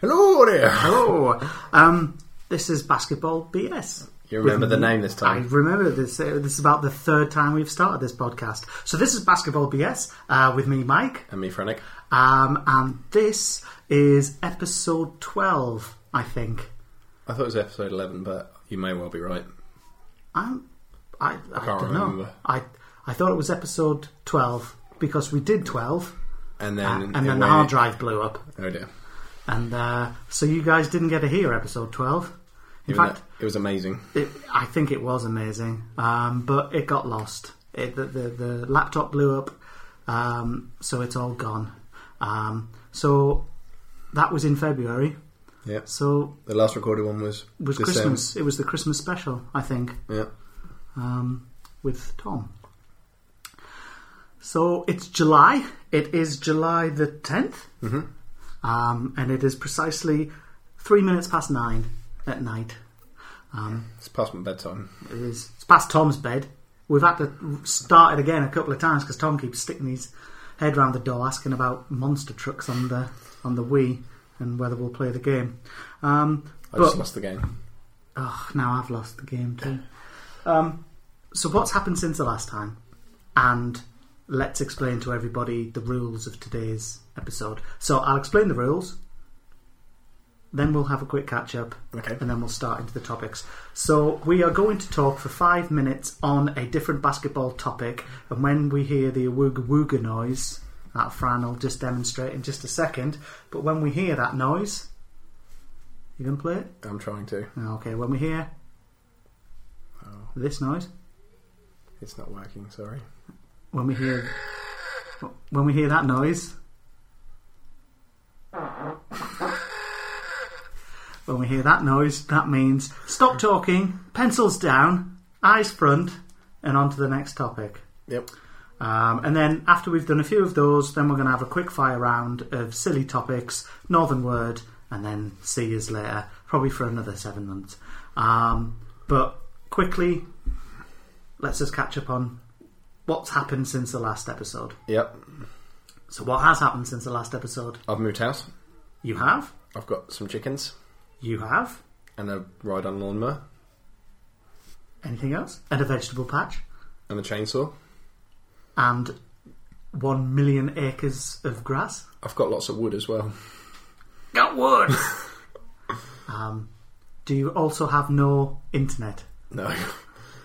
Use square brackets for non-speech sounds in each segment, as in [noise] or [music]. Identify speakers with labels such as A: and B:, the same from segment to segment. A: Hello there.
B: Hello. Um, this is Basketball BS.
A: You remember the name this
B: I
A: time?
B: remember this. uh, This is about the third time we've started this podcast. So this is Basketball BS uh, with me, Mike,
A: And me, Frenic.
B: um, and this is episode twelve, I think.
A: I thought it was episode 11, but you may well be right.
B: I'm, I, I,
A: can't
B: don't know.
A: remember.
B: I I thought it was episode twelve because we did twelve,
A: Ah, And
B: uh,
A: then.
B: and,
A: it
B: then the
A: went-
B: hard drive blew up,
A: Oh dear.
B: and uh, so you guys didn't get to hear episode twelve. In
A: Even
B: fact,
A: though it was amazing.
B: It, I think it was amazing, um, but it got lost. It, the, the the laptop blew up, um, so it's all gone. Um, so that was in February.
A: Yeah.
B: So
A: The last recorded one was.
B: it was
A: December.
B: Christmas. It was the Christmas special, I think,
A: Yeah.
B: um, with Tom. So it's July. It is July the 10th um, and it is precisely three minutes past nine at night. Um,
A: It's past my bedtime.
B: It is. It's past Tom's bed. We've had to start it again a couple of times because Tom keeps sticking his head round the door asking about monster trucks on the on the Wii and whether we'll play the game. Um,
A: I
B: but
A: just lost the game.
B: oh, now I've lost the game too. Um, so what's happened since the last time? And let's explain to everybody the rules of today's episode. So I'll explain the rules. Then we'll have a quick catch up
A: Okay.
B: and then we'll start into the topics. So we are going to talk for five minutes on a different basketball topic, and when we hear the awooga wooga noise, that Fran will just demonstrate in just a second. But when we hear that noise, you gonna play it?
A: I'm trying to.
B: Okay. When we hear
A: Oh,
B: this noise,
A: it's not working, sorry.
B: when we hear when we hear that noise, when we hear that noise, that means stop talking, pencils down, eyes front, and on to the next topic.
A: Yep.
B: Um, and then after we've done a few of those, then we're going to have a quick fire round of silly topics, Northern word, and then see yous later, probably for another seven months. Um, but quickly, let's just catch up on what's happened since the last episode.
A: Yep.
B: So, what has happened since the last episode?
A: I've moved house.
B: You have,
A: I've got some chickens
B: you have.
A: and a ride on lawnmower
B: Anything else? And a vegetable patch,
A: and a chainsaw.
B: and one million acres of grass.
A: I've got lots of wood as well. [laughs]
B: Got wood. um, do you also have no internet?
A: No,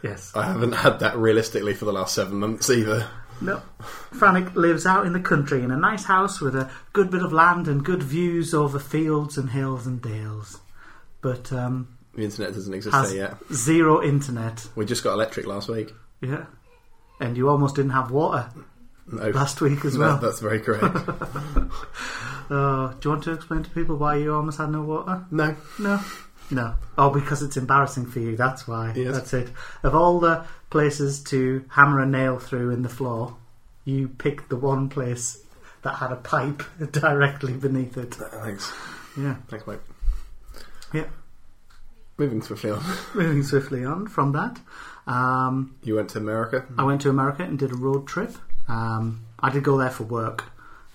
B: Yes.
A: I haven't had that realistically for the last seven months either.
B: No. Franek lives out in the country in a nice house with a good bit of land and good views over fields and hills and dales, but um,
A: The internet doesn't exist
B: has
A: there yet.
B: zero internet.
A: We just got electric last week.
B: Yeah. And you almost didn't have water
A: No,
B: last week as
A: that-
B: well.
A: that's very correct.
B: [laughs] Uh, do you want to explain to people why you almost had no water?
A: no,
B: No. No. Oh, because it's embarrassing for you. That's why.
A: Yes.
B: That's it. Of all the places to hammer a nail through in the floor, you picked the one place that had a pipe [laughs] directly beneath it.
A: thanks,
B: Yeah.
A: thanks, mate.
B: Yeah.
A: Moving swiftly on.
B: Moving swiftly on from that, um,
A: You went to America.
B: I went to America and did a road trip. Um, I did go there for work,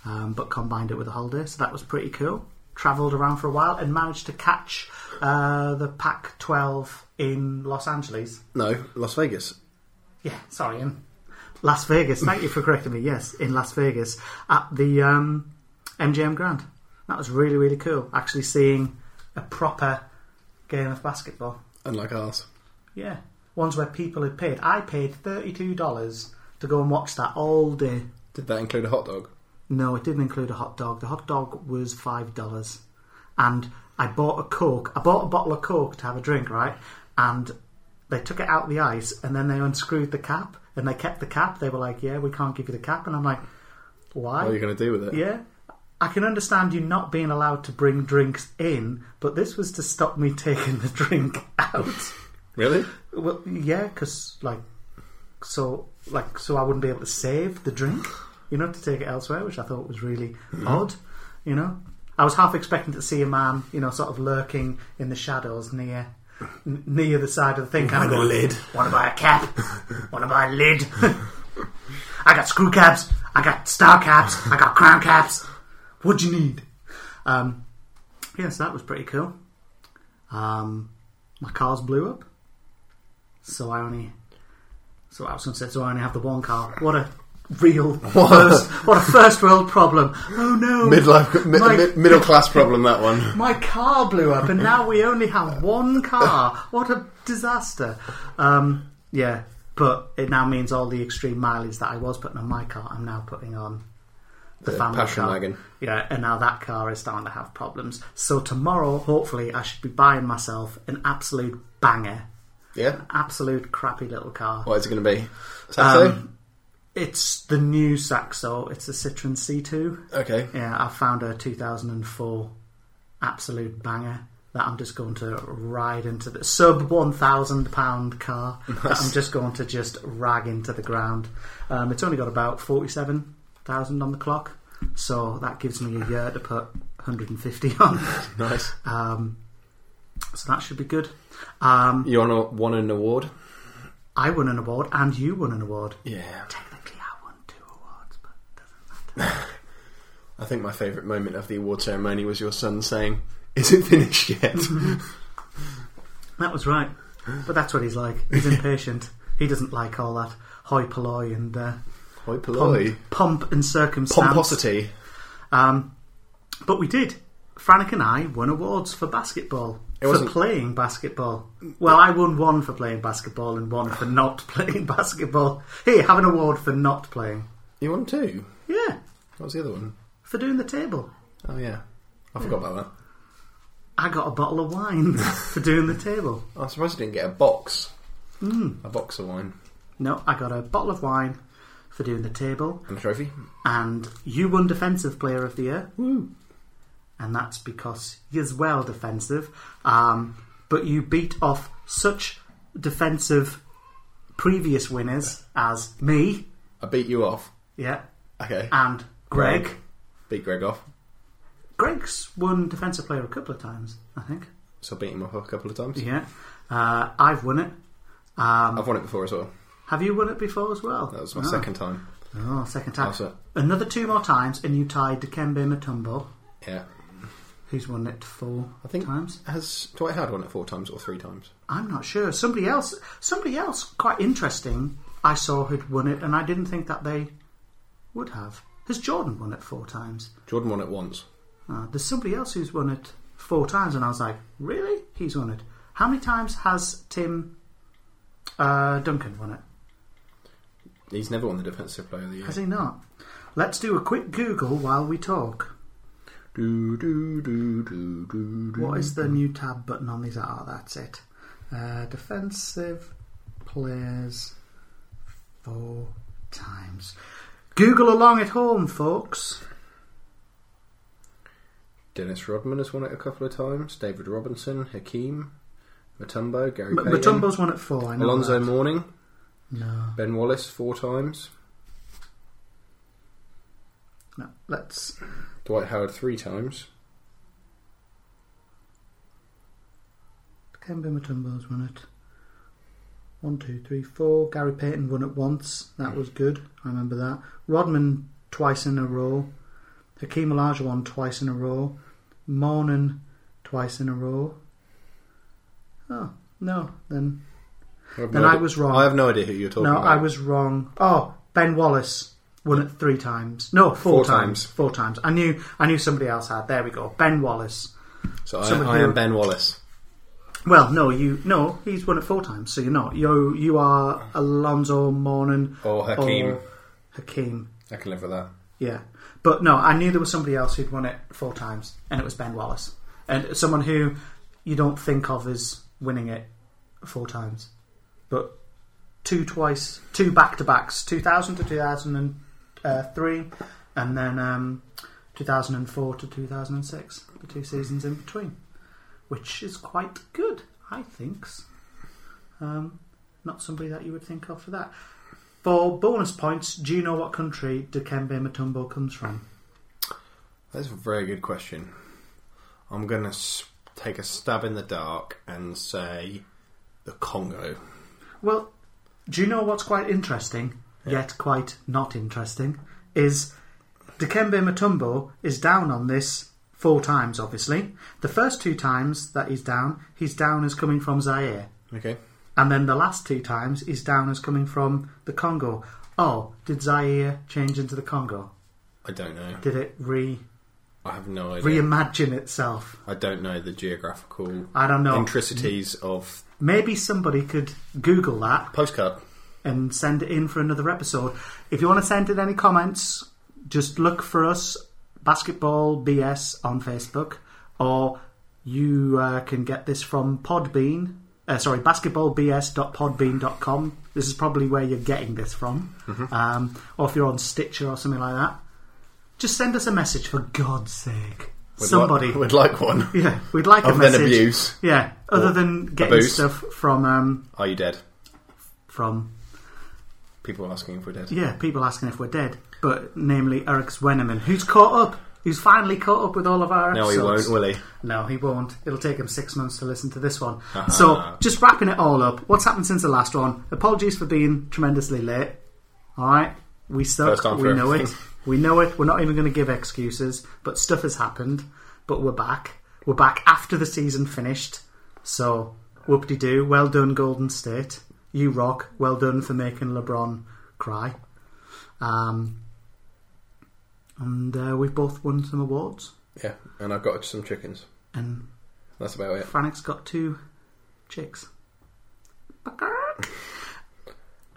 B: um, but combined it with a holiday, so that was pretty cool. Travelled around for a while and managed to catch uh, the Pac 12 in Los Angeles.
A: No, Las Vegas.
B: Yeah, sorry, in Las Vegas. Thank you for correcting me. Yes, in Las Vegas at the um, MGM Grand. That was really, really cool. Actually, seeing a proper game of basketball.
A: Unlike ours,
B: Yeah, ones where people had paid. I paid thirty-two dollars to go and watch that all day.
A: did that include a hot dog?
B: No, it didn't include a hot dog. The hot dog was five dollars, and I bought a coke. I bought a bottle of coke to have a drink, right? And they took it out of the ice, and then they unscrewed the cap, and they kept the cap. They were like, "Yeah, we can't give you the cap," and I'm like, "Why?"
A: What are you going to do with it?
B: Yeah. I can understand you not being allowed to bring drinks in, but this was to stop me [laughs] taking the drink out. [laughs]
A: Really?
B: Well, yeah, because like, so like, so I wouldn't be able to save the drink, you know, to take it elsewhere, which I thought was really odd. You know, I was half expecting to see a man, you know, sort of lurking in the shadows near n- near the side of the thing. Kind of going,
A: lid.
B: Want to buy a cap? Want to buy a lid? [laughs] I got screw caps. I got star caps. I got crown caps. What do you need? Um, yeah, so that was pretty cool. Um, my cars blew up, so I only so I was going to say so I only have the one car. What a
A: [laughs]
B: real first, what a first world problem. Oh no,
A: Midlife, mi-
B: My-
A: mi- middle class problem. That one.
B: my car blew up, and now we only have one
A: [laughs]
B: car. What a disaster! Um, yeah, but it now means all the extreme mileage that I was putting on my car, I'm now putting on the
A: The
B: family
A: passion
B: car.
A: wagon.
B: Yeah, and now that car is starting to have problems. So tomorrow, hopefully, I should be buying myself an absolute banger,
A: Yeah.
B: absolute crappy little car.
A: What is it going to be? Saturday.
B: Um, It's the new Saxo. It's a Citroen C2.
A: okay.
B: Yeah, I found a 2004 absolute banger that I'm just going to ride into the sub 1,000 pound car that I'm just going to just rag into the ground. Um, it's only got about 47,000 on the clock, so that gives me a year to put 150 [laughs] on.
A: Nice.
B: Um, so that should be good. Um,
A: You wanna- won an award?
B: I won an award and you won an award.
A: Yeah.
B: Technically, I won two awards, but
A: I think my favourite moment of the award ceremony was your son saying, "Is it finished
B: [laughs]
A: yet?"
B: That was right. But that's what he's like. He's impatient. he doesn't like all that hoi polloi and uh,
A: Hoi polloi.
B: pomp, pomp and circumstance.
A: Pomposity.
B: Um, but we did. Frank and I won awards for basketball.
A: It
B: for
A: wasn't-
B: playing basketball. Well, I won one for playing basketball and one for not [laughs] playing basketball. Here, have an award for not playing.
A: You won two.
B: Yeah,
A: What was the other one?
B: for doing the table.
A: Oh yeah, I forgot about
B: I got a bottle of wine [laughs] for doing the table.
A: that. I'm surprised you didn't get a box. A box of wine
B: No, I got a bottle of wine for doing the table.
A: and a trophy.
B: and you won Defensive Player of the Year,
A: Woo!
B: and that's because you're well defensive. Um, but you beat off such defensive previous winners as me,
A: I beat you off.
B: yeah,
A: Okay.
B: and Greg.
A: Greg. beat Greg off.
B: Greg's won Defensive Player a couple of times, I think.
A: So I beat him off a couple of times.
B: Yeah, uh, I've won it. Um,
A: I've won it before as well.
B: have you won it before as well?
A: That was my
B: Oh.
A: second time.
B: Oh, second time.
A: Also-
B: Another two more times, and you tied Dikembe Mutombo,
A: Yeah.
B: who's won it four
A: I think
B: times.
A: has Dwight Howard won it four times or three times?
B: I'm not sure. Somebody else, somebody else, quite interesting. I saw who'd won it, and I didn't think that they would have. Has Jordan won it four times?
A: Jordan won it once.
B: Uh, there's somebody else who's won it four times, and I was like, really? He's won it. How many times has Tim uh, Duncan won it?
A: He's never won the Defensive Player of the Year.
B: Has he not? Let's do a quick Google while we talk.
A: Do, do, do, do, do, do.
B: What is the new tab button on these? Ah, that's it. Uh, defensive players four times. Google along at home, folks.
A: Dennis Rodman has won it a couple of times. David Robinson, Hakeem, Matumbo, Gary
B: M-
A: Payton,
B: Matumbo's one at four. I know
A: Alonzo
B: that.
A: Mourning,
B: No,
A: Ben Wallace four times,
B: no. Let's.
A: Dwight Howard three times.
B: Kemba Matumbo's won it. One, two, three, four. Gary Payton won it once. That was good. I remember that. Rodman twice in a row. Hakeem Olajuwon twice in a row. Mornin twice in a row. Oh no, then
A: I have
B: Then
A: no
B: I
A: idea-
B: was wrong.
A: I have no idea who you're talking
B: no,
A: about.
B: I was wrong. Oh, Ben Wallace won it three times. No, four,
A: Four
B: times.
A: times.
B: Four times. I knew. I knew somebody else had. There we go. Ben Wallace.
A: So
B: Someone
A: I, I
B: who-
A: am Ben Wallace.
B: Well, no, you no. He's won it four times. So you're not. You you are Alonzo Mourning
A: Or Hakeem.
B: or Hakeem.
A: I can live with that.
B: Yeah, but no, I knew there was somebody else who'd won it four times, and it was Ben Wallace, and someone who you don't think of as winning it four times, but two twice, two back to backs, two thousand to two thousand and three, and then um, two thousand and four to two thousand and six, the two seasons in between, which is quite good, I think. Um, not somebody that you would think of for that. For bonus points, do you know what country Dikembe Mutombo comes from?
A: That's a very good question. I'm going to take a stab in the dark and say the Congo.
B: Well, do you know what's quite interesting, yet quite not interesting, is Dikembe Mutombo is down on this four times, obviously. The first two times that he's down, he's down as coming from Zaire.
A: Okay.
B: And then the last two times, he's down as coming from the Congo. Oh, did Zaire change into the Congo?
A: I don't know.
B: Did it re
A: I have no idea.
B: reimagine itself?
A: I don't know the geographical
B: I don't know.
A: intricacies of
B: Maybe somebody could Google that
A: postcard.
B: and send it in for another episode. If you want to send in any comments, just look for us, Basketball BS on Facebook, or you uh, can get this from Podbean. Uh, sorry, basketballbs.podbean.com. This is probably where you're getting this from.
A: Mm-hmm.
B: Um, or if you're on Stitcher or something like that. Just send us a message, for God's sake.
A: We'd
B: Somebody.
A: like, [laughs] would like one.
B: yeah, we'd like a
A: Other
B: message.
A: than abuse,
B: Yeah, other
A: Or
B: than getting
A: abuse.
B: stuff from um,
A: are you dead?
B: from
A: People asking if we're dead.
B: Yeah, people asking if we're dead, but namely Eric Sweneman, who's caught up, who's finally caught up with all of our
A: No, he
B: episodes.
A: won't, will he?
B: No, he won't. It'll take him six months to listen to this one.
A: Ah.
B: So, just wrapping it all up, what's happened since the last one? Apologies for being tremendously late. All right, we suck.
A: First time
B: We
A: for
B: know it.
A: [laughs] everything.
B: We know it. We're not even going to give excuses, but stuff has happened. But we're back. We're back after the season finished. So, whoop de doo. Well done, Golden State. You rock. Well done for making LeBron cry. Um, and uh, we've both won some awards.
A: Yeah, and I've got some chickens.
B: And
A: That's about it.
B: Frantic's got two chicks.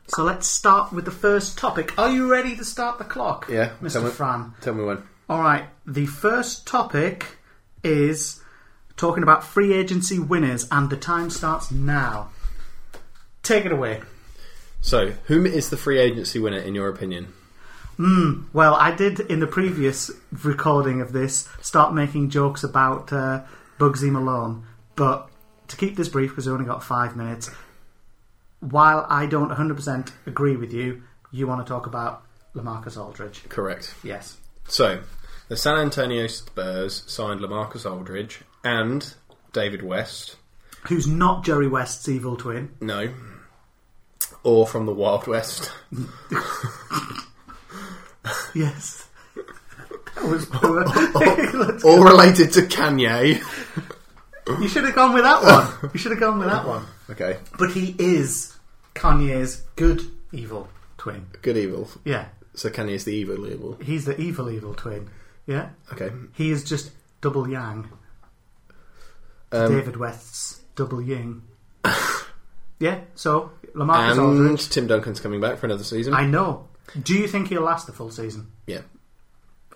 B: So let's start with the first topic. Are you ready to start the clock?
A: Yeah, tell
B: Mr.
A: me-
B: Fran.
A: Tell me when.
B: All right, the first topic is talking about free agency winners, and the time starts now. Take it away.
A: So, whom is the free agency winner in your opinion?
B: Well, I did in the previous recording of this start making jokes about uh, Bugsy Malone, but to keep this brief, because we only got five minutes, while I don't 100% agree with you, you want to talk about Lamarcus Aldridge.
A: Correct.
B: Yes.
A: So, the San Antonio Spurs signed Lamarcus Aldridge and David West.
B: Who's not Jerry West's evil twin. [laughs]
A: No. Or from the Wild [laughs] West.
B: [laughs] Yes. that was [laughs] poor.
A: All related to Kanye.
B: you should have gone with that one. You should have gone with that one.
A: Okay.
B: But he is Kanye's good evil twin.
A: Good evil.
B: Yeah.
A: So Kanye is the evil evil.
B: He's the evil, evil twin. Yeah?
A: Okay.
B: He is just double yang. to
A: Um,
B: David West's double yang. [coughs] yeah, so Lamarcus
A: And
B: Aldridge.
A: Tim Duncan's coming back for another season.
B: I know. Do you think he'll last the full season?
A: yeah.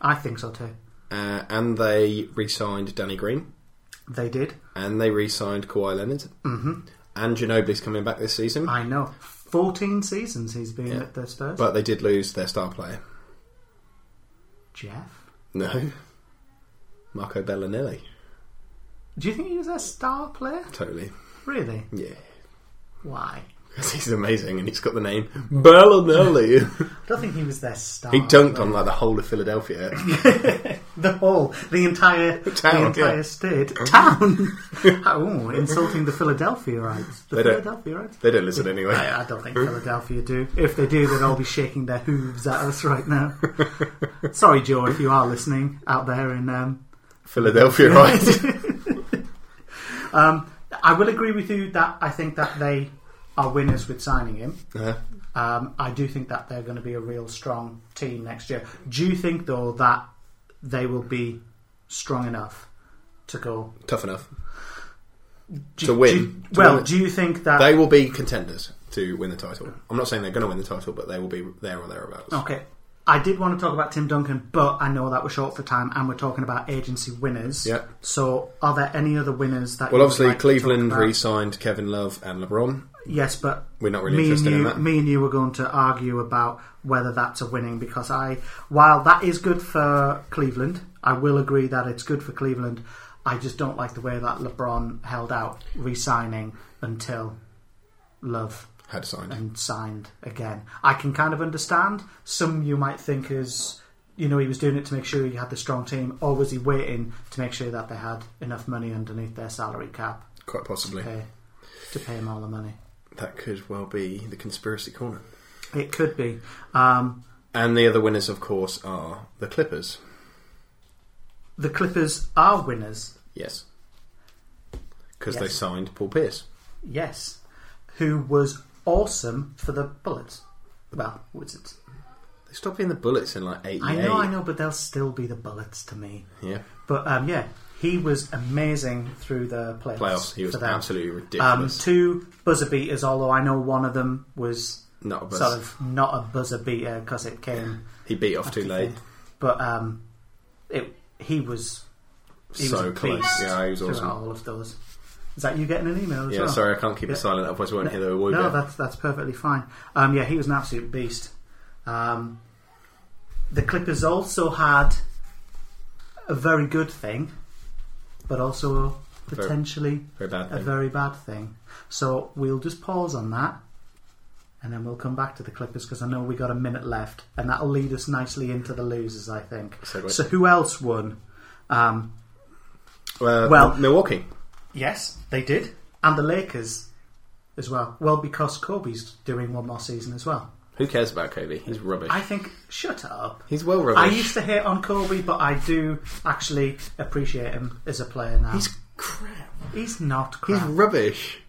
B: I think so too.
A: Uh, and they re-signed Danny Green.
B: They did.
A: And they re-signed Kawhi Leonard. Mm-hmm. And Ginobili's coming back this season.
B: I know. 14 seasons he's been
A: Yeah.
B: at the Spurs.
A: But they did lose their star player.
B: Jeff?
A: No. Marco Bellinelli.
B: Do you think he was a star player?
A: Totally.
B: Really?
A: Yeah.
B: Why?
A: Because he's amazing and he's got the name Bellinelli.
B: I don't think he was their star.
A: he dunked on like the whole of
B: [laughs]
A: Philadelphia.
B: The whole, the entire,
A: [laughs] Town,
B: the entire
A: yeah.
B: state,
A: [laughs]
B: town. oh, insulting the Philadelphiaites. The
A: They don't-
B: Philadelphiaites.
A: they don't listen anyway.
B: I, I don't think Philadelphia do. If they do, they'd all be shaking their hooves at us right
A: [laughs]
B: now. Sorry, Joe, if you are listening out there in. Um,
A: Philadelphia,
B: [laughs]
A: right? [laughs]
B: um, I will agree with you that I think that they are winners with signing him.
A: Uh,
B: Um, I do think that they're going to be a real strong team next year. Do you think though that they will be strong enough to go
A: tough enough.
B: do,
A: To win.
B: do you-
A: To
B: well,
A: win.
B: do you think that?
A: They will be contenders to win the title. I'm not saying they're going to win the title, but they will be there or thereabouts.
B: okay, I did want to talk about Tim Duncan, but I know that we're short for time, and we're talking about agency winners.
A: Yep.
B: So, are there any other winners that? you
A: Well,
B: would
A: obviously,
B: like to talk
A: Cleveland
B: about?
A: re-signed Kevin Love and LeBron.
B: Yes, but
A: We're not really
B: me
A: interested
B: and you,
A: in that.
B: Me and you were going to argue about whether that's a winning because I, while that is good for Cleveland, I will agree that it's good for Cleveland. I just don't like the way that LeBron held out re-signing until Love
A: Had signed.
B: and signed again. I can kind of understand. Some you might think is, you know, he was doing it to make sure he had the strong team, or was he waiting to make sure that they had enough money underneath their salary cap
A: Quite possibly.
B: to pay, to pay him all the money?
A: That could well be the conspiracy corner.
B: It could be. Um,
A: And the other winners, of course, are the Clippers.
B: the Clippers are winners.
A: Yes. Because
B: Yes.
A: they signed Paul Pierce.
B: Yes, who was awesome for the Bullets. Well, Wizards.
A: They stopped being the Bullets in like 88.
B: I know, I know, but they'll still be the Bullets to me.
A: Yeah.
B: But um, yeah, he was amazing through the playoffs.
A: Playoffs. He was
B: for them.
A: absolutely
B: Um,
A: ridiculous.
B: two buzzer beaters, although I know one of them was
A: Not a buzz.
B: sort of not a buzzer beater because it came
A: He beat off too
B: after
A: late.
B: four. But um, it he was he was
A: so
B: a
A: close.
B: beast
A: Yeah, he was
B: throughout
A: awesome.
B: all of those. Is that you getting an email? As
A: Yeah,
B: well?
A: sorry, I can't keep
B: Yeah.
A: it silent, otherwise we won't
B: No,
A: hear the award.
B: No,
A: bit.
B: that's that's perfectly fine. Um, yeah, he was an absolute beast. Um, the Clippers also had a very good thing, but also
A: Very-
B: potentially
A: Very bad
B: a
A: thing.
B: very bad thing. So we'll just pause on that, and then we'll come back to the Clippers because I know we got a minute left, and that'll lead us nicely into the losers, I think.
A: Segue.
B: So who else won? Um,
A: Uh,
B: well-
A: Milwaukee.
B: yes, they did, and the Lakers as well. Well, because Kobe's doing one more season as well.
A: Who cares about Kobe? He's rubbish.
B: I think shut up.
A: He's well
B: I
A: rubbish.
B: used to hate on Kobe, but I do actually appreciate him as a player now.
A: He's crap.
B: He's not crap.
A: He's rubbish.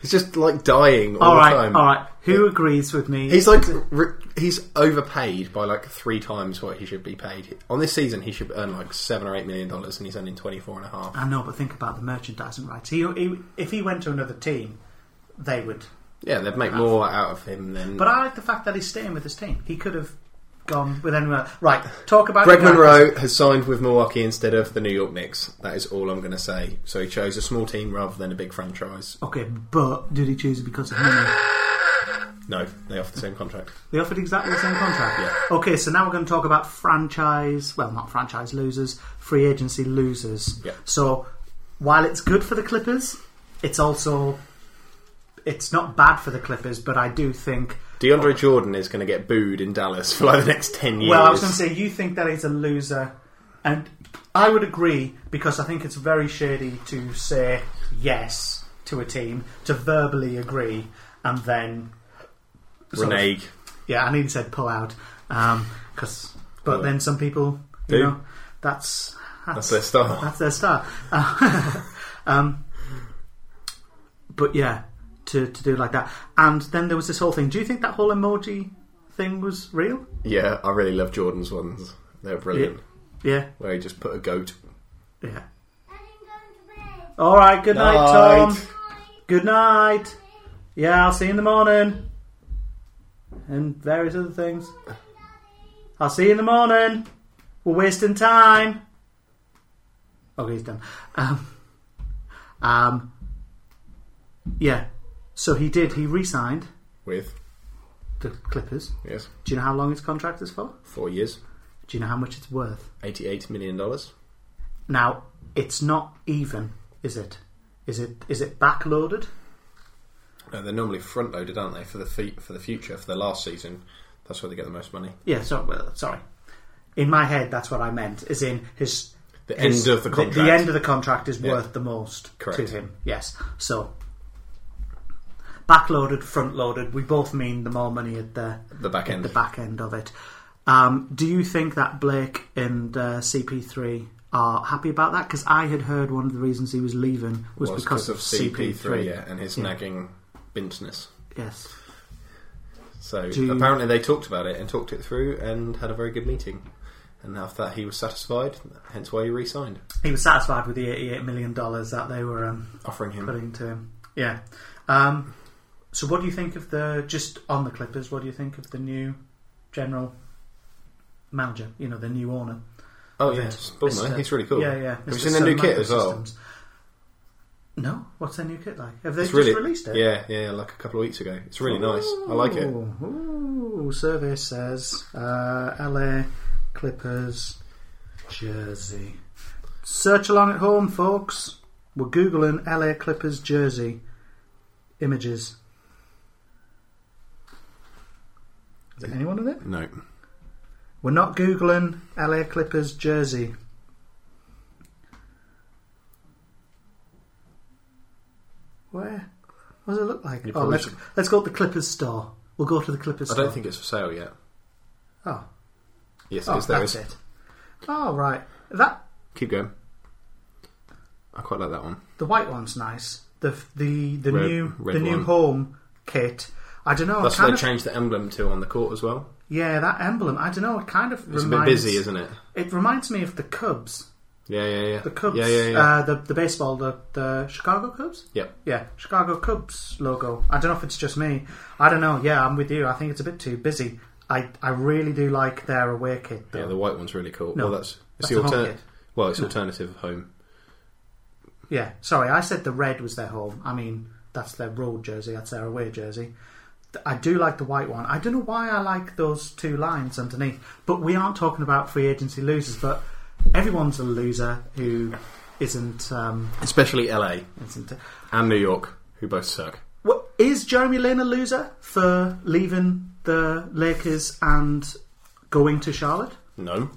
A: He's just like dying all,
B: all
A: the
B: right,
A: time.
B: all right. Who agrees with me?
A: He's like r- he's overpaid by like three times what he should be paid. On this season, he should earn like seven or eight million dollars, and he's earning twenty four and a half.
B: I know, but think about the merchandising rights. He, he, if he went to another team, they would.
A: Yeah, they'd make more out of him than.
B: But I like the fact that he's staying with his team. He could have gone with anyone. else. Right, talk about
A: Greg
B: the guy-
A: Monroe has signed with Milwaukee instead of the New York Knicks. That is all I'm going to say. So he chose a small team rather than a big franchise.
B: Okay, but did he choose it because of money?
A: No, they offer the same contract.
B: They offered exactly the same contract.
A: Yeah.
B: Okay, so now we're going to talk about franchise, well, not franchise losers, free agency losers.
A: Yeah.
B: So while it's good for the Clippers, it's also it's not bad for the Clippers. But I do think.
A: DeAndre Jordan is going to get booed in Dallas for like the next ten years.
B: Well, I was going to say you think that he's a loser, and I would agree because I think it's very shady to say yes to a team to verbally agree and then sort of
A: renege.
B: Yeah, I nearly said pull out because, but
A: Pull
B: then some people, you
A: Do.
B: know, that's that's
A: That's their style.
B: that's their style. [laughs] Uh, um, but yeah, to to do like that, and then there was this whole thing. Do you think that whole emoji thing was real?
A: Yeah, I really love Jordan's ones. They're brilliant.
B: Yeah,
A: Where he just put a goat.
B: yeah. All right, good night, Tom.
A: Night.
B: Good night. Yeah, I'll see you in the morning. And various other things. I'll see you in the morning. We're wasting time. Okay, he's done. Um, um, yeah. So he did. He re-signed
A: With
B: the Clippers.
A: yes,
B: Do you know how long his contract is for?
A: four years,
B: Do you know how much it's worth?
A: eighty-eight million dollars.
B: Now, it's not even, is it? Is it? Is it backloaded?
A: No, they're normally front-loaded, aren't they, for the fe- for the future for the last season? That's where they get the most money.
B: Yeah, so, well, sorry. In my head, that's what I meant. Is in his
A: The
B: his-
A: end of the contract.
B: The, end of the contract is worth the most
A: Correct.
B: to him. Yes. So backloaded, front loaded. We both mean the more money at the
A: The back
B: at
A: end.
B: the back end of it. Um, do you think that Blake and uh, CP3 are happy about that? Because I had heard one of the reasons he was leaving was,
A: was
B: because of CP3.
A: yeah, and his
B: Yeah.
A: nagging bintness.
B: Yes.
A: So
B: Do you-
A: apparently they talked about it and talked it through and had a very good meeting. And after that, he was satisfied. Hence why he re-signed,
B: He was satisfied with the $88 million that they were. Um,
A: offering him
B: putting to him. Yeah. Um, so, what do you think of the just on the Clippers? What do you think of the new general manager? You know, the new owner.
A: Oh
B: Yeah.
A: yeah, Spillman.
B: Mr.
A: He's really cool.
B: uh, Yeah, yeah.
A: Have you
B: Mr.
A: seen the new
B: Sun
A: kit as well?
B: Microsystems. No. What's their new kit like? Have they
A: It's
B: just
A: really-
B: released it?
A: Yeah, yeah, like a couple of weeks ago. It's really nice. I like it.
B: Ooh, ooh, survey says uh, LA Clippers jersey. Search along at home, folks. We're googling LA Clippers jersey images. Is there anyone in it?
A: No,
B: We're not googling LA Clippers jersey. Where? What does it look like?
A: You
B: Oh,
A: probably
B: let's,
A: should-
B: let's go to the Clippers store. We'll go to the Clippers
A: I
B: store.
A: don't think it's for sale yet.
B: Oh,
A: Yes,
B: oh
A: it is. There
B: that's
A: is.
B: it. Oh, right. That
A: Keep going. I quite like that one.
B: The white one's nice. The the the
A: Red-
B: new
A: red
B: the new
A: one.
B: home kit. I don't know.
A: That's what
B: Oh, kind
A: they
B: of,
A: changed the emblem to on the court as well.
B: yeah, that emblem. I don't know. It kind of
A: It's
B: reminds.
A: a bit busy, isn't it?
B: it reminds me of the Cubs.
A: Yeah, yeah, yeah.
B: The Cubs.
A: Yeah, yeah, yeah.
B: Uh, the the baseball. The the Chicago Cubs.
A: Yep.
B: Yeah, Chicago Cubs logo. I don't know if it's just me. I don't know. Yeah, I'm with you. I think it's a bit too busy. I, I really do like their away kit
A: yeah,
B: though.
A: the white one's really cool.
B: No,
A: well, that's it's
B: that's
A: the
B: the home
A: alternative.
B: kit.
A: Well, it's alternative home.
B: Yeah, sorry, I said the red was their home. I mean, that's their road jersey, that's their away jersey. Th- I do like the white one. I don't know why I like those two lines underneath, but we aren't talking about free agency losers, but everyone's a loser who isn't. Um,
A: Especially LA
B: isn't
A: and New York, who both suck.
B: What, is Jeremy Lin a loser for leaving the Lakers and going to Charlotte?
A: No,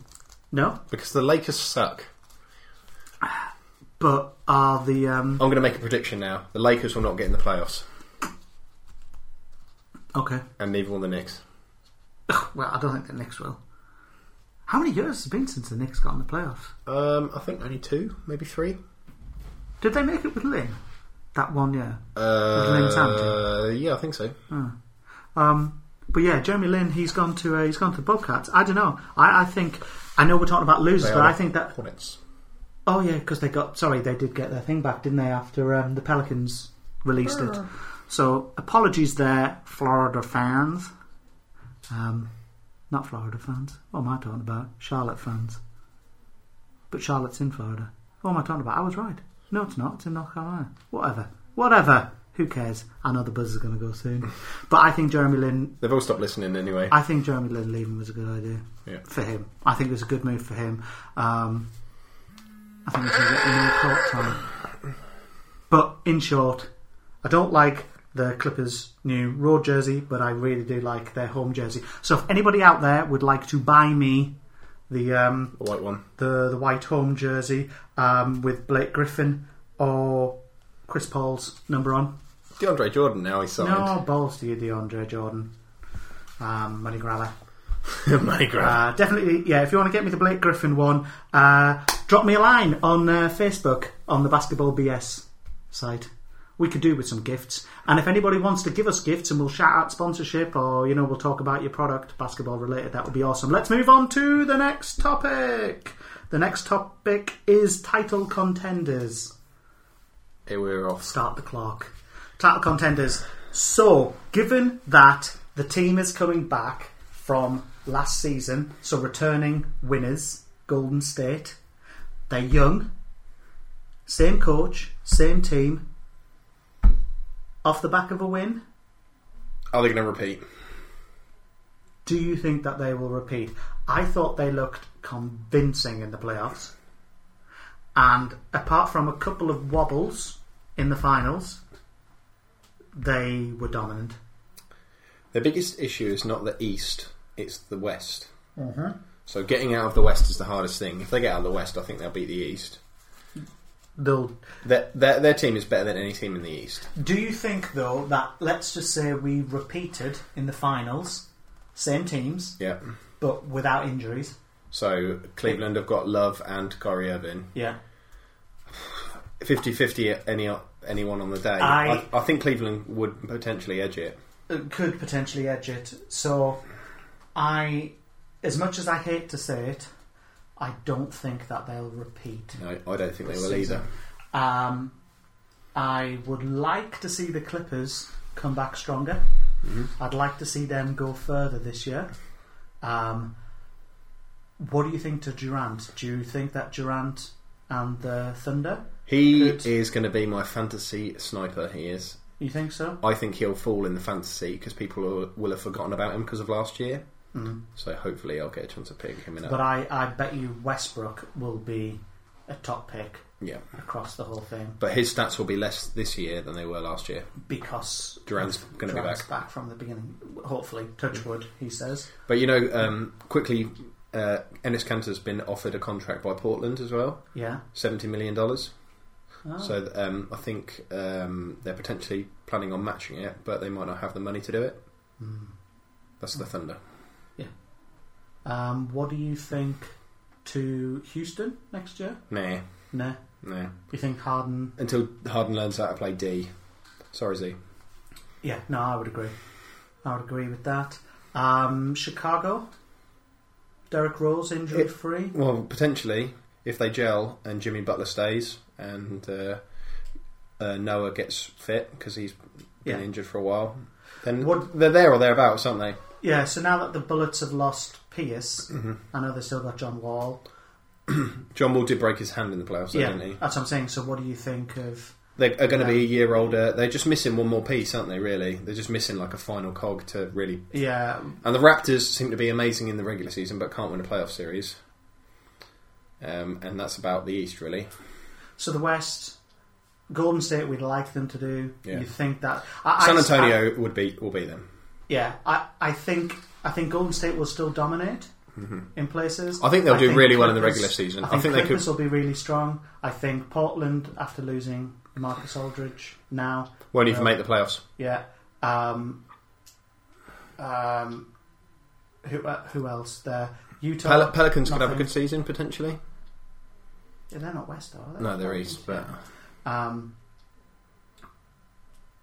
B: No,
A: because the Lakers suck.
B: but are the. Um,
A: I'm going to make a prediction now. The Lakers will not get in the playoffs,
B: okay.
A: and neither will the Knicks.
B: Well, I don't think the Knicks will. How many years has it been since the Knicks got in the playoffs?
A: Um, I think only two, maybe three.
B: Did they make it with Lynn? That one, yeah. Lynn
A: Uh,
B: Sampson.
A: yeah, I think so.
B: Um, but yeah, Jeremy Lin, he's gone to uh, he's gone to Bobcats. I don't know. I, I think I know we're talking about losers,
A: They
B: but
A: are
B: I think that
A: Hornets.
B: oh yeah, because they got sorry they did get their thing back, didn't they? After um, the Pelicans released it, so apologies there, Florida fans. Um, not Florida fans. What am I talking about? Charlotte fans. But Charlotte's in Florida. What am I talking about? I was right. No, it's not. It's in North Carolina. Whatever. Whatever. Who cares? I know the buzz is going to go soon. But I think Jeremy Lin.
A: They've all stopped listening anyway.
B: I think Jeremy Lin leaving was a good idea
A: yeah.
B: for him. I think it was a good move for him. Um, I think he's going to get more court time. But in short, I don't like the Clippers' new road jersey, but I really do like their home jersey. So if anybody out there would like to buy me the um,
A: The white one.
B: the the white home jersey um, with Blake Griffin or Chris Paul's number on.
A: DeAndre Jordan now he's signed.
B: No balls to you, DeAndre Jordan, um, money grabber.
A: [laughs] My God.
B: Uh, definitely, yeah. If you want to get me the Blake Griffin one, uh, drop me a line on uh, Facebook on the Basketball BS site. We could do with some gifts, and if anybody wants to give us gifts, and we'll shout out sponsorship, or you know, we'll talk about your product, basketball related. That would be awesome. Let's move on to the next topic. The next topic is title contenders
A: Here we're off.
B: start the clock. Title contenders. So, given that the team is coming back from last season, so returning winners, Golden State, they're young, same coach, same team, off the back of a win,
A: Are they going to repeat?
B: do you think that they will repeat? I thought they looked convincing in the playoffs. And apart from a couple of wobbles in the finals, they were dominant.
A: Their biggest issue is not the East, it's the West.
B: Mm-hmm.
A: So getting out of the West is the hardest thing. If they get out of the West, I think they'll beat the East.
B: They'll
A: Their, their, their team is better than any team in the East.
B: Do you think though that let's just say we repeated in the finals, same teams,
A: Yeah.
B: but without injuries?
A: So Cleveland have got Love and Kyrie Irving.
B: Yeah.
A: 50-50 at any anyone on the day.
B: I-
A: I, I think Cleveland would potentially edge it.
B: It could potentially edge it. So I as much as I hate to say it, I don't think that they'll repeat.
A: No, I don't think they
B: This
A: will
B: season.
A: either.
B: Um I would like to see the Clippers come back stronger.
A: Mm-hmm.
B: I'd like to see them go further this year. Um, what do you think to Durant? Do you think that Durant and the Thunder?
A: He
B: Good.
A: is going to be my fantasy sniper. He is.
B: You think so?
A: I think he'll fall in the fantasy because people will, will have forgotten about him because of last year.
B: Mm.
A: So hopefully I'll get a chance of picking him in.
B: But I, I bet you Westbrook will be a top pick
A: yeah,
B: across the whole thing
A: but his stats will be less this year than they were last year.
B: because
A: Durant's going to be
B: Durant's
A: back. Mm-hmm.
B: back from the beginning. Hopefully, touch wood, he says.
A: But you know, um, quickly, uh, Ennis Cantor's been offered a contract by Portland as well,
B: Yeah.
A: seventy million dollars.
B: Oh.
A: So um, I think um, they're potentially planning on matching it, but they might not have the money to do it.
B: Mm.
A: That's the Thunder.
B: Um, what do you think to Houston next year?
A: Nah,
B: Nah.
A: nah.
B: You think Harden?
A: Until Harden learns how to play D. Sorry, Z.
B: Yeah, no, I would agree. I would agree with that. Um, Chicago. Derek Rose injury
A: It-
B: free.
A: Well, potentially, if they gel and Jimmy Butler stays and uh, uh, Noah gets fit because he's been
B: Yeah.
A: injured for a while, then
B: Would-
A: they're there or thereabouts, aren't they?
B: Yeah, so now that the Bullets have lost Pierce,
A: Mm-hmm.
B: I know they still got John Wall.
A: John Wall did break his hand in the playoffs, though,
B: yeah,
A: didn't he?
B: that's what I'm saying. So what do you think of?
A: They are going to
B: Yeah.
A: be a year older. They're just missing one more piece, aren't they? Really, they're just missing like a final cog to really.
B: Yeah,
A: And the Raptors seem to be amazing in the regular season, but can't win a playoff series. Um, and that's about the East, really.
B: so the West, Golden State, we'd like them to do.
A: Yeah.
B: You think that I,
A: San
B: I-
A: Antonio would be will be them.
B: Yeah, I, I think I think Golden State will still dominate in places.
A: Mm-hmm. I think they'll do really well in the regular season.
B: I think,
A: I think they could-
B: Clippers will be really strong. I think Portland, after losing Marcus Aldridge, now
A: Won't even
B: Yeah.
A: make the playoffs.
B: yeah. Um, um, who uh, who else there? Utah.
A: Pel- Pelicans could have a
B: nothing.
A: good season potentially.
B: Yeah, they're not West, though, are they?
A: No, they're East, but
B: Um,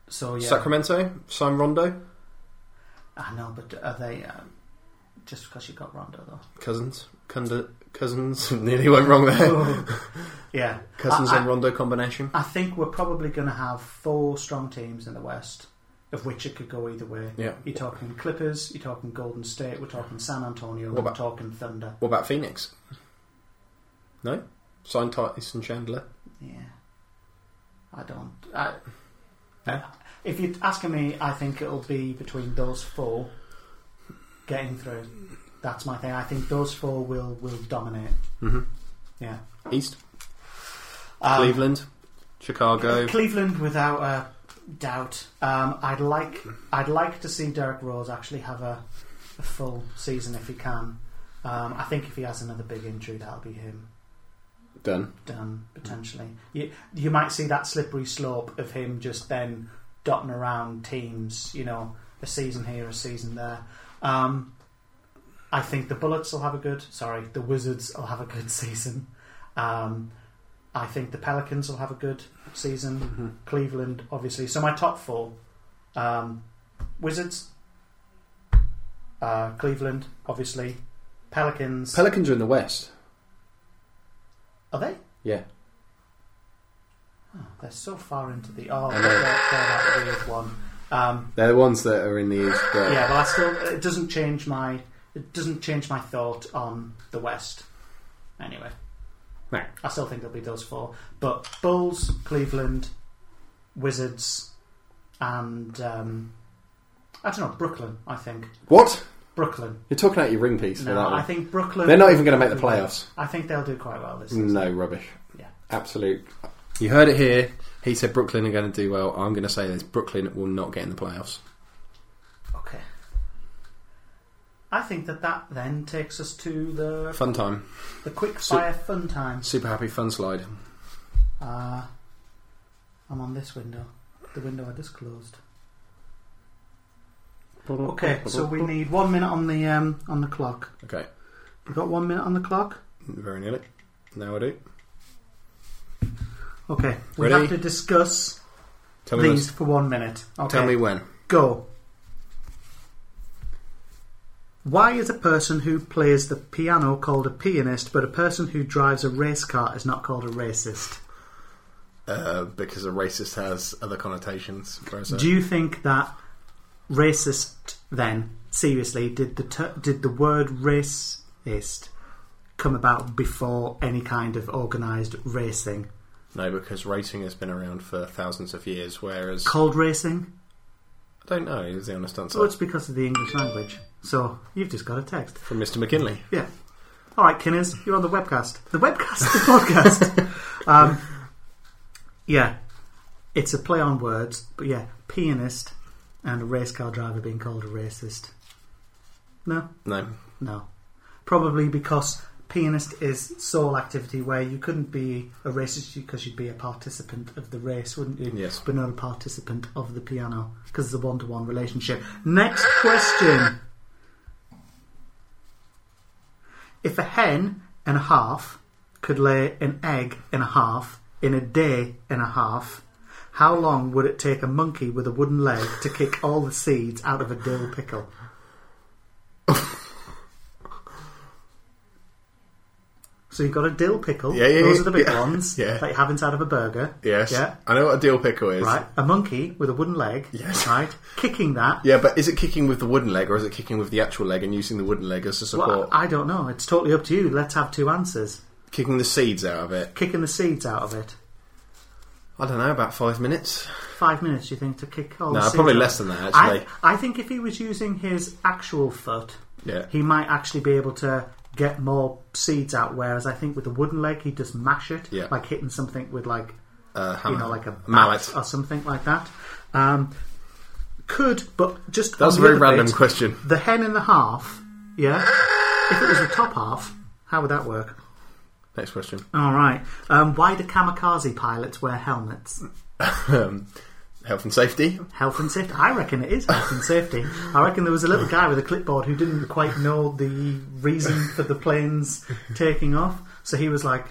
B: so yeah,
A: Sacramento, sign Rondo,
B: I know, but are they? Um, just because you got Rondo though.
A: Cousins, Cunda, Cousins. [laughs] Nearly went wrong there.
B: Yeah,
A: [laughs] Cousins
B: Oh. I, I-
A: and Rondo combination.
B: I think we're probably going to have four strong teams in the West, of which it could go either way.
A: Yeah.
B: You're talking Clippers, you're talking Golden State, we're talking San Antonio,
A: What
B: we're
A: about-
B: talking Thunder.
A: What about Phoenix? No, sign Titus and Chandler.
B: Yeah, I don't. I,
A: Yeah.
B: If you're asking me, I think it'll be between those four getting through. That's my thing. I think those four will will dominate.
A: Mhm.
B: Yeah,
A: East,
B: Um,
A: Cleveland, Chicago.
B: Cleveland, without a doubt. Um, I'd like I'd like to see Derek Rose actually have a, a full season if he can. Um, I think if he has another big injury, that'll be him
A: Done.
B: done potentially. You you might see that slippery slope of him just then dotting around teams. You know, a season here, a season there. Um, I think the Bullets will have a good. Sorry, the Wizards will have a good [laughs] season. Um, I think the Pelicans will have a good season. Cleveland, obviously. So my top four: um, Wizards, uh, Cleveland, obviously, Pelicans.
A: Pelicans are in the West.
B: are they?
A: Yeah.
B: They're so far into the oh, they're, they're that weird one. Um,
A: They're the ones that are in the East. But
B: yeah, well, I still it doesn't change my it doesn't change my thought on the West. Anyway,
A: No.
B: I still think it'll be those four. But Bulls, Cleveland, Wizards, and um, I don't know Brooklyn. I think
A: What?
B: Brooklyn.
A: You're talking out your ring piece for
B: No,
A: that one.
B: I think Brooklyn.
A: They're not even going to make the playoffs. Mm.
B: I think they'll do quite well this season.
A: No, rubbish.
B: Yeah.
A: Absolute. You heard it here. He said Brooklyn are going to do well. I'm going to say this Brooklyn will not get in the playoffs.
B: Okay. I think that that then takes us to the
A: Fun time.
B: The quick
A: So-
B: fire fun times.
A: Super happy fun slide.
B: Uh, I'm on this window. The window I just closed. Okay, so we need one minute on the um, on the clock.
A: Okay.
B: We got one minute on the clock.
A: Very nearly. Now I do.
B: Okay, we
A: Ready?
B: have to discuss
A: Tell me, when,
B: these for one minute. Okay,
A: tell me when.
B: go. Why is a person who plays the piano called a pianist, but a person who drives a race car is not called a racist?
A: Uh, because a racist has other connotations. Whereas uh, a-
B: Do you think that racist then seriously did the ter- did the word racist come about before any kind of organised racing
A: no, because racing has been around for thousands of years, whereas.
B: called racing?
A: I don't know, is the honest answer.
B: Well, it's because of the English language. So you've just got a text.
A: From Mr. McKinley.
B: Yeah. All right, Kinners, you're on the webcast. The webcast, the podcast. um, yeah, it's a play on words, but yeah, pianist and a race car driver being called a racist. No.
A: No.
B: No. Probably because pianist is sole activity where you couldn't be a racist because you'd be a participant of the race, wouldn't you?
A: Yes.
B: But not a participant of the piano because it's a one to one relationship. Next question. If a hen and a half could lay an egg and a half in a day and a half, how long would it take a monkey with a wooden leg to kick all the seeds out of a dill pickle? [laughs] so you've got a dill pickle.
A: Yeah, yeah,
B: Those
A: yeah,
B: are the big
A: yeah,
B: ones
A: [laughs] yeah.
B: that you have inside of a burger.
A: Yes.
B: Yeah.
A: I know what a deal pickle is.
B: Right, a monkey with a wooden leg.
A: Yes.
B: Right, kicking that.
A: [laughs] Yeah, but is it kicking with the wooden leg or is it kicking with the actual leg and using the wooden leg as a support?
B: Well, I I don't know. It's totally up to you. Let's have two answers.
A: kicking the seeds out of it.
B: Kicking the seeds out of it.
A: I don't know, about five minutes.
B: Five minutes, you think, to kick all the
A: No,
B: seeds
A: probably
B: out?
A: less than that,
B: I,
A: actually.
B: I think if he was using his actual foot,
A: Yeah.
B: he might actually be able to get more seeds out. Whereas I think with a wooden leg, he'd just mash it,
A: Yeah.
B: like hitting something with like
A: Uh, hammer.
B: you know, like a bat
A: mallet.
B: or something like that. Um, could, but just
A: That's a
B: on the
A: very
B: other
A: random
B: bit,
A: question.
B: The hen and the half, yeah. If it was the top half, how would that work?
A: Next question.
B: All right. Um, why do kamikaze pilots wear helmets?
A: Um, health and safety.
B: Health and safety. I reckon it is health and safety. I reckon there was a little guy with a clipboard who didn't quite know the reason for the planes taking off. So he was like,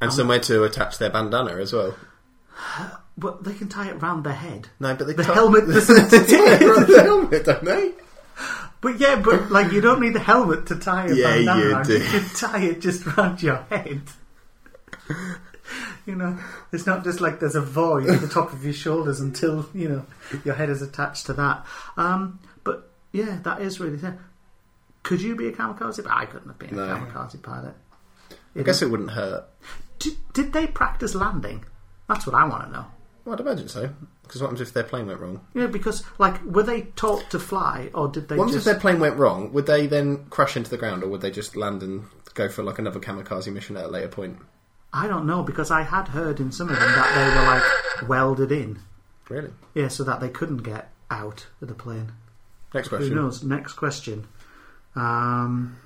A: And somewhere to attach their bandana as well.
B: "But they can tie it round their head."
A: No, but they
B: The
A: can't- [laughs]
B: helmet doesn't.
A: Yeah, they're on the helmet, don't they?
B: But yeah, but like you don't need the helmet to tie a
A: Yeah,
B: bandana.
A: you
B: around.
A: do.
B: You can tie it just round your head. you know, it's not just like there's a void at the top of your shoulders until you know your head is attached to that. Um, but yeah, that is really. Sad. Could you be a kamikaze? I couldn't have been
A: No.
B: a kamikaze pilot.
A: I guess it wouldn't hurt.
B: Did, did they practice landing? That's what I want to know.
A: Well, I'd imagine so. Because what happens if their plane went wrong?
B: You know, because like, were they taught to fly, or did they
A: What happens if
B: just?
A: their plane went wrong? Would they then crash into the ground, or would they just land and go for like another kamikaze mission at a later point?
B: I don't know because I had heard in some of them that they were like welded in,
A: Really?
B: yeah, so that they couldn't get out of the plane.
A: Next
B: Who
A: question.
B: knows? Next question. Um,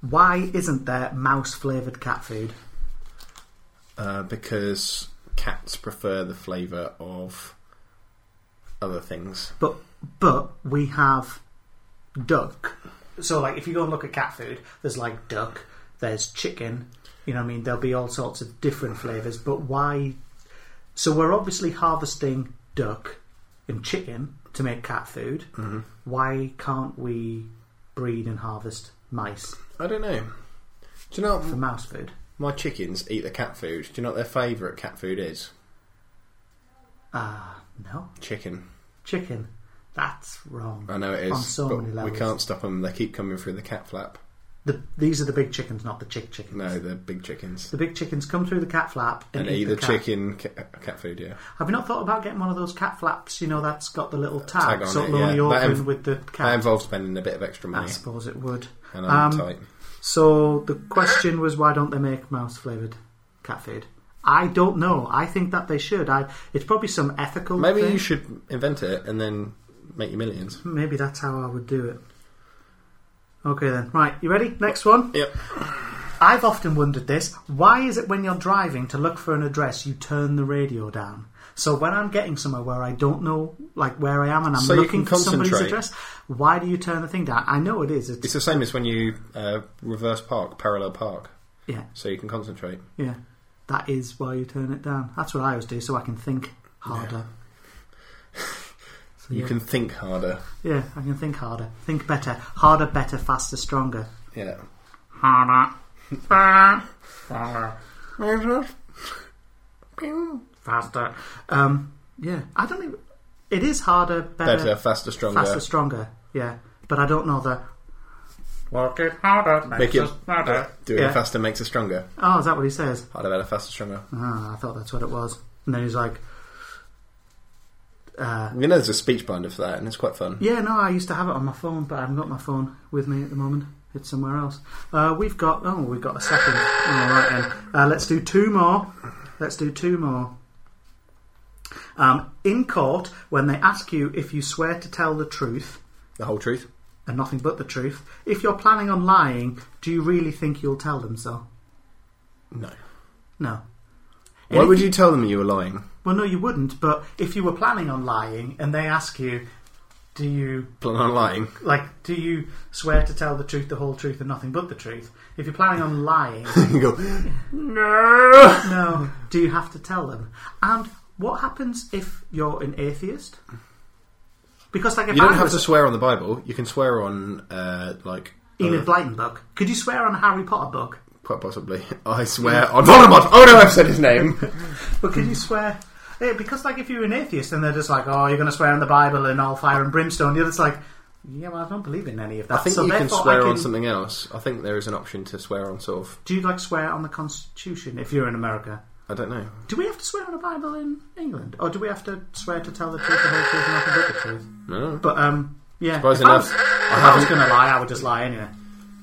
B: why isn't there mouse flavored cat food?
A: Uh, because cats prefer the flavour of other things.
B: But but we have duck. So like if you go and look at cat food, there's like duck, there's chicken, you know what I mean, there'll be all sorts of different flavours, but why so we're obviously harvesting duck and chicken to make cat food.
A: Mm-hmm.
B: Why can't we breed and harvest mice
A: I don't know. Do you know
B: for
A: what
B: mouse food?
A: my chickens eat the cat food? Do you know what their favourite cat food is?
B: No.
A: Chicken.
B: Chicken. That's wrong.
A: I know it is,
B: On so
A: but
B: many
A: we
B: levels.
A: can't stop them. They keep coming through the cat flap.
B: The, these are the big chickens, not the chick chickens.
A: No, they're big chickens.
B: The big chickens come through the cat flap and,
A: And they eat the
B: cat.
A: chicken ca- cat food. Yeah.
B: Have you not thought about getting one of those cat flaps? You know, that's got the little tag,
A: Tag on
B: so
A: it,
B: it'll only
A: yeah. That
B: open
A: inv-
B: with the
A: That
B: cat.
A: involves spending a bit of extra
B: I
A: money,
B: suppose it would.
A: and I'm
B: Um,
A: tight.
B: So the question was, why don't they make mouse flavored cat food? I don't know. I think that they should. I, it's probably some ethical.
A: Maybe
B: thing.
A: you should invent it and then make your millions.
B: Maybe that's how I would do it. Okay then. Right, you ready? Next one.
A: Yep.
B: I've often wondered this. Why is it when you're driving to look for an address you turn the radio down? So when I'm getting somewhere where I don't know like where I am and I'm
A: So you
B: looking
A: can
B: for somebody's
A: concentrate.
B: address, why do you turn the thing down? I know it is. It's,
A: It's the same as when you uh, reverse park, parallel park,
B: yeah,
A: so you can concentrate.
B: yeah. That is why you turn it down. That's what I always do so I can think harder.
A: You can think harder.
B: Yeah, I can think harder. Think better. Harder, better, faster, stronger.
A: Yeah.
B: Harder. Harder. Harder. faster. Um, yeah, I don't even. It is harder, better,
A: Better, faster, stronger.
B: faster, stronger. Yeah, but I don't know the. Work it harder,
A: Make it doing
B: Yeah.
A: it faster makes us stronger.
B: Oh, is that what he says?
A: Harder, better, faster, stronger.
B: Ah, I thought that's what it was. And then he's like,
A: You know, there's a speech binder for that, and it's quite fun.
B: "Yeah, no, I used to have it on my phone, but I haven't got my phone with me at the moment. It's somewhere else." Uh, we've got. Oh, we've got a second. All right then. Uh, let's do two more. Let's do two more. Um, in court, when they ask you if you swear to tell the truth,
A: The whole truth.
B: and nothing but the truth. If you're planning on lying, do you really think you'll tell them so?
A: No.
B: No.
A: Why would you tell them you were lying?
B: Well, no, you wouldn't, but if you were planning on lying and they ask you, do you
A: Plan on [laughs] lying.
B: like do you swear to tell the truth, the whole truth, and nothing but the truth? If you're planning on
A: [laughs]
B: lying,
A: you go, no.
B: no, do you have to tell them? And what happens if you're an atheist? Because like if
A: You don't
B: I
A: have
B: was
A: to swear on the Bible. You can swear on, uh, like,
B: Enid
A: uh,
B: Blyton book, could you swear on a Harry Potter book?
A: quite possibly. [laughs] I swear on Voldemort. Oh no, I've said his name.
B: But
A: Hmm.
B: could you swear? Yeah, because like if you're an atheist and they're just like, oh, you're going to swear on the Bible and all fire and brimstone, you're just like, yeah, well, I don't believe in any of that.
A: [laughs] I think
B: so
A: you can
B: therefore
A: swear
B: I
A: on something else. I think there is an option to swear on sort of.
B: Do you like swear on the Constitution if you're in America?
A: I don't know.
B: Do we have to swear on a Bible in England, or do we have to swear to tell the truth, the whole truth, and nothing but the truth?
A: No.
B: But um, yeah,
A: Surprising
B: if I
A: enough,
B: was,
A: I
B: if I was
A: haven't.
B: going to lie, I would just lie anyway.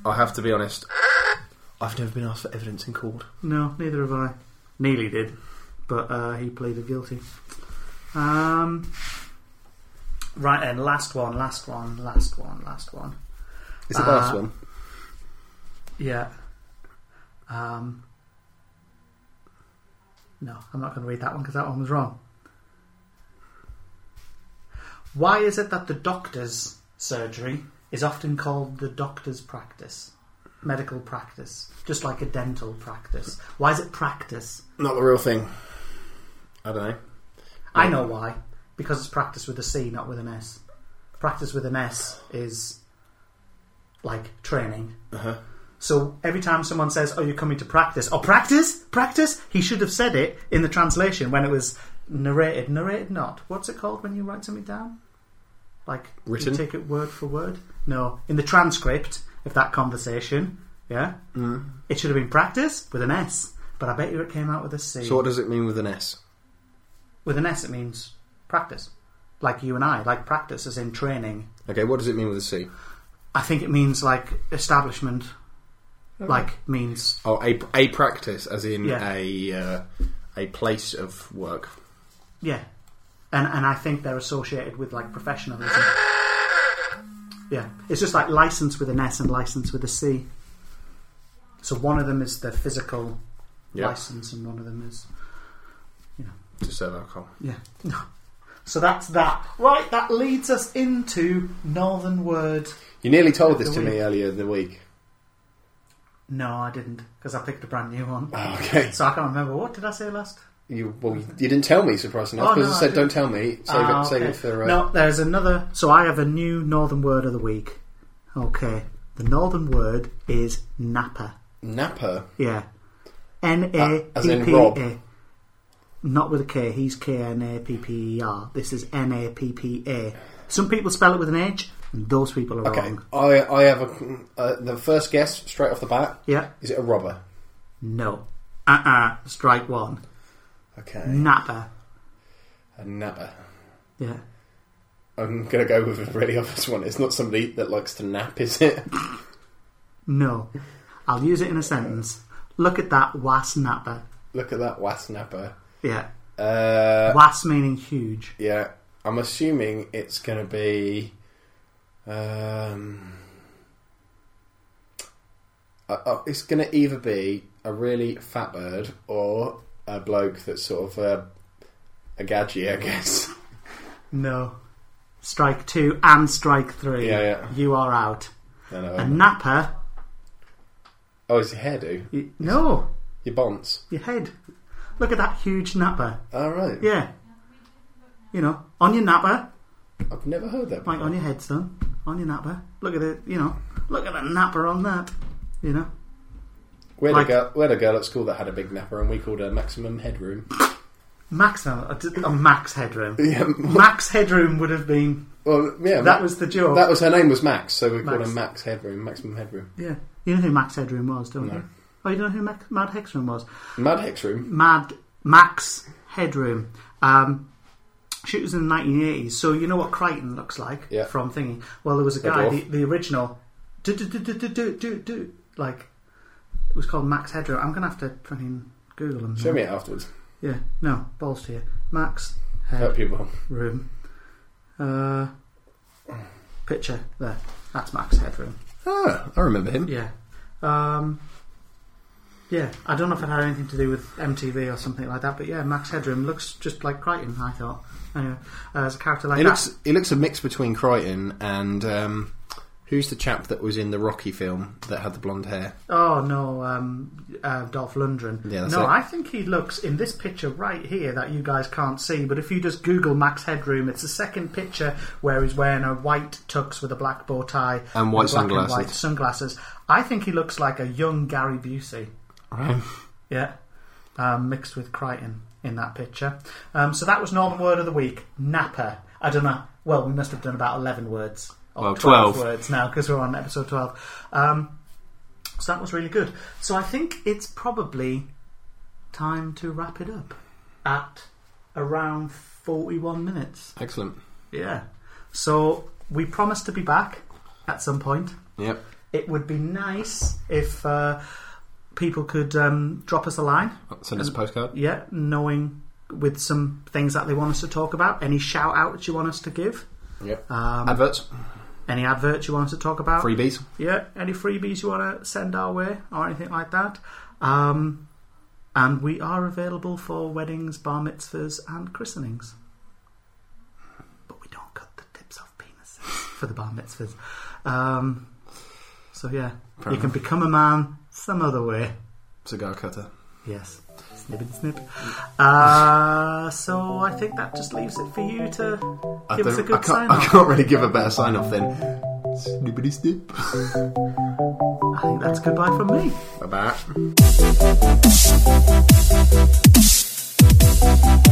A: I have to be honest. I've never been asked for evidence in court.
B: No, neither have I. Neely did, but uh, he pleaded guilty. Um, right then, last one, last one, last one, last one.
A: It's the
B: Uh,
A: last one.
B: Yeah. Um, no, I'm not going to read that one because that one was wrong. Why is it that the doctor's surgery is often called the doctor's practice? Medical practice, just like a dental practice. Why is it practice?
A: Not the real thing. I don't know.
B: I know why. Because it's practice with a C, not with an S. Practice with an S is like training.
A: Uh-huh.
B: So every time someone says, "Oh, you're coming to practice," or "practice, practice," he should have said it in the translation when it was narrated. Narrated, not. What's it called when you write something down? Like you
A: Written?
B: take it word for word. No, in the transcript of that conversation, yeah,
A: Mm.
B: it should have been practice with an S. But I bet you it came out with a C.
A: So what does it mean with an S?
B: With an S, it means practice. Like you and I, like practice as in training.
A: Okay, what does it mean with a C?
B: I think it means like establishment. Like means
A: Oh, a, a practice, as in
B: Yeah.
A: a uh, a place of work.
B: yeah, and and I think they're associated with like professionalism. Yeah, it's just like license with an S and license with a C. So one of them is the physical
A: Yeah,
B: license, and one of them is
A: to serve alcohol.
B: Yeah. [laughs] No. So that's that. Right, that leads us into Northern word.
A: You nearly told this
B: The
A: to me
B: week.
A: earlier in the week.
B: No, I didn't because I picked a brand new one.
A: Oh, okay.
B: So I can't remember what did I say last.
A: You well, you didn't tell me, surprisingly,
B: Oh,
A: because
B: no,
A: I
B: I
A: said
B: didn't.
A: don't tell me. Save
B: Ah,
A: it, save
B: okay.
A: it for. Uh,
B: No, there's another. So I have a new northern word of the week. Okay, the northern word is napper.
A: Napa.
B: Yeah, N A
A: Ah, as
B: P
A: in
B: P
A: Rob.
B: A. Not with a K. He's K N A P P E R. This is N A P P A. Some people spell it with an H, and those people are
A: Okay,
B: wrong.
A: I I have a uh, the first guess straight off the bat.
B: Yeah,
A: Is it a robber?
B: no. Uh uh Strike one.
A: Okay,
B: Mm. Napper.
A: a napper.
B: Yeah.
A: I'm gonna go with a really [laughs] obvious one. It's not somebody that likes to nap, is it? [laughs]
B: No. I'll use it in a sentence. Look at that was napper.
A: Look at that was napper.
B: Yeah.
A: Uh,
B: Was meaning huge.
A: yeah, I'm assuming it's gonna be. Um, uh, uh, it's gonna either be a really fat bird or a bloke that's sort of a, a gadget, I guess. [laughs]
B: No. Strike two and strike three.
A: Yeah, yeah. Um,
B: You are out.
A: I know.
B: A napper.
A: oh, it's your hairdo,
B: y- No.
A: your bonds.
B: Your head. Look at that huge napper.
A: All right.
B: Yeah. You know, on your napper.
A: I've never heard that.
B: Like on your headstone. On your napper. Look at it. You know, look at the napper on that. You know.
A: We had,
B: Like-
A: a girl, we had a girl at school that had a big napper, and we called her
B: [laughs]
A: maximum headroom.
B: Max, uh, a, a max headroom.
A: [laughs] yeah,
B: Max headroom would have been.
A: well, yeah.
B: That was the joke.
A: that was her name was Max, so we called
B: Max.
A: her Max Headroom, maximum headroom,
B: Yeah. You know who Max Headroom was, don't
A: No.
B: you? Oh, you don't know who Max, Mad Hexroom was?
A: mad Hexroom.
B: Mad Max Headroom. Um, shooters in the 1980s. So you know what Crichton looks like
A: Yeah.
B: from thingy? Well, there was a
A: The
B: guy, the,
A: dwarf.
B: the original, do, do, do, do, do, do, do, do, like, it was called Max Headroom. I'm going to have to fucking Google him.
A: Show
B: now.
A: me it afterwards.
B: Yeah, no, balls to you. Max
A: Help people.
B: Headroom. Uh, picture, there. That's Max Headroom.
A: Ah, I remember him.
B: Yeah. Um, Yeah, I don't know if it had anything to do with MTV or something like that, but yeah, Max Headroom looks just like Crichton. I thought anyway, uh, as a character like
A: It
B: that.
A: looks it looks a mix between Crichton and um, who's the chap that was in the Rocky film that had the blonde hair?
B: oh no, um, uh, Dolph Lundgren.
A: Yeah, that's
B: no,
A: it.
B: I think he looks in this picture right here that you guys can't see, but if you just Google Max Headroom, it's the second picture where he's wearing a white tux with a black bow tie
A: And
B: black
A: white sunglasses.
B: And white sunglasses. I think he looks like a young Gary Busey.
A: Right.
B: Yeah. Um, mixed with Crichton in that picture. Um, so that was Northern Word of the Week. Napa. I don't know. Well, we must have done about 11 words. Or
A: Well,
B: 12.
A: 12.
B: words now because we're on episode 12. Um, so that was really good. So I think it's probably time to wrap it up at around 41 minutes.
A: Excellent.
B: Yeah. So we promised to be back at some point
A: Yep.
B: it would be nice if uh, people could um, drop us a line.
A: Send
B: Um,
A: us a postcard.
B: Yeah, knowing with some things that they want us to talk about. Any shout outs you want us to give?
A: Yep.
B: Um,
A: Adverts.
B: any adverts you want us to talk about?
A: Freebies.
B: Yeah, any freebies you want to send our way or anything like that. Um, and we are available for weddings, bar mitzvahs, and christenings. But we don't cut the tips off penises [laughs] for the bar mitzvahs. Um, so, yeah,
A: Fair
B: you can become a man some other way.
A: Cigar cutter.
B: Yes. Snip and snip. Uh, so I think that just leaves it for you to
A: I,
B: give us a
A: don't-
B: good
A: I,
B: sign
A: can't, I
B: off.
A: can't really give a better sign off then. Snippity snip.
B: I think that's goodbye from me.
A: Bye bye.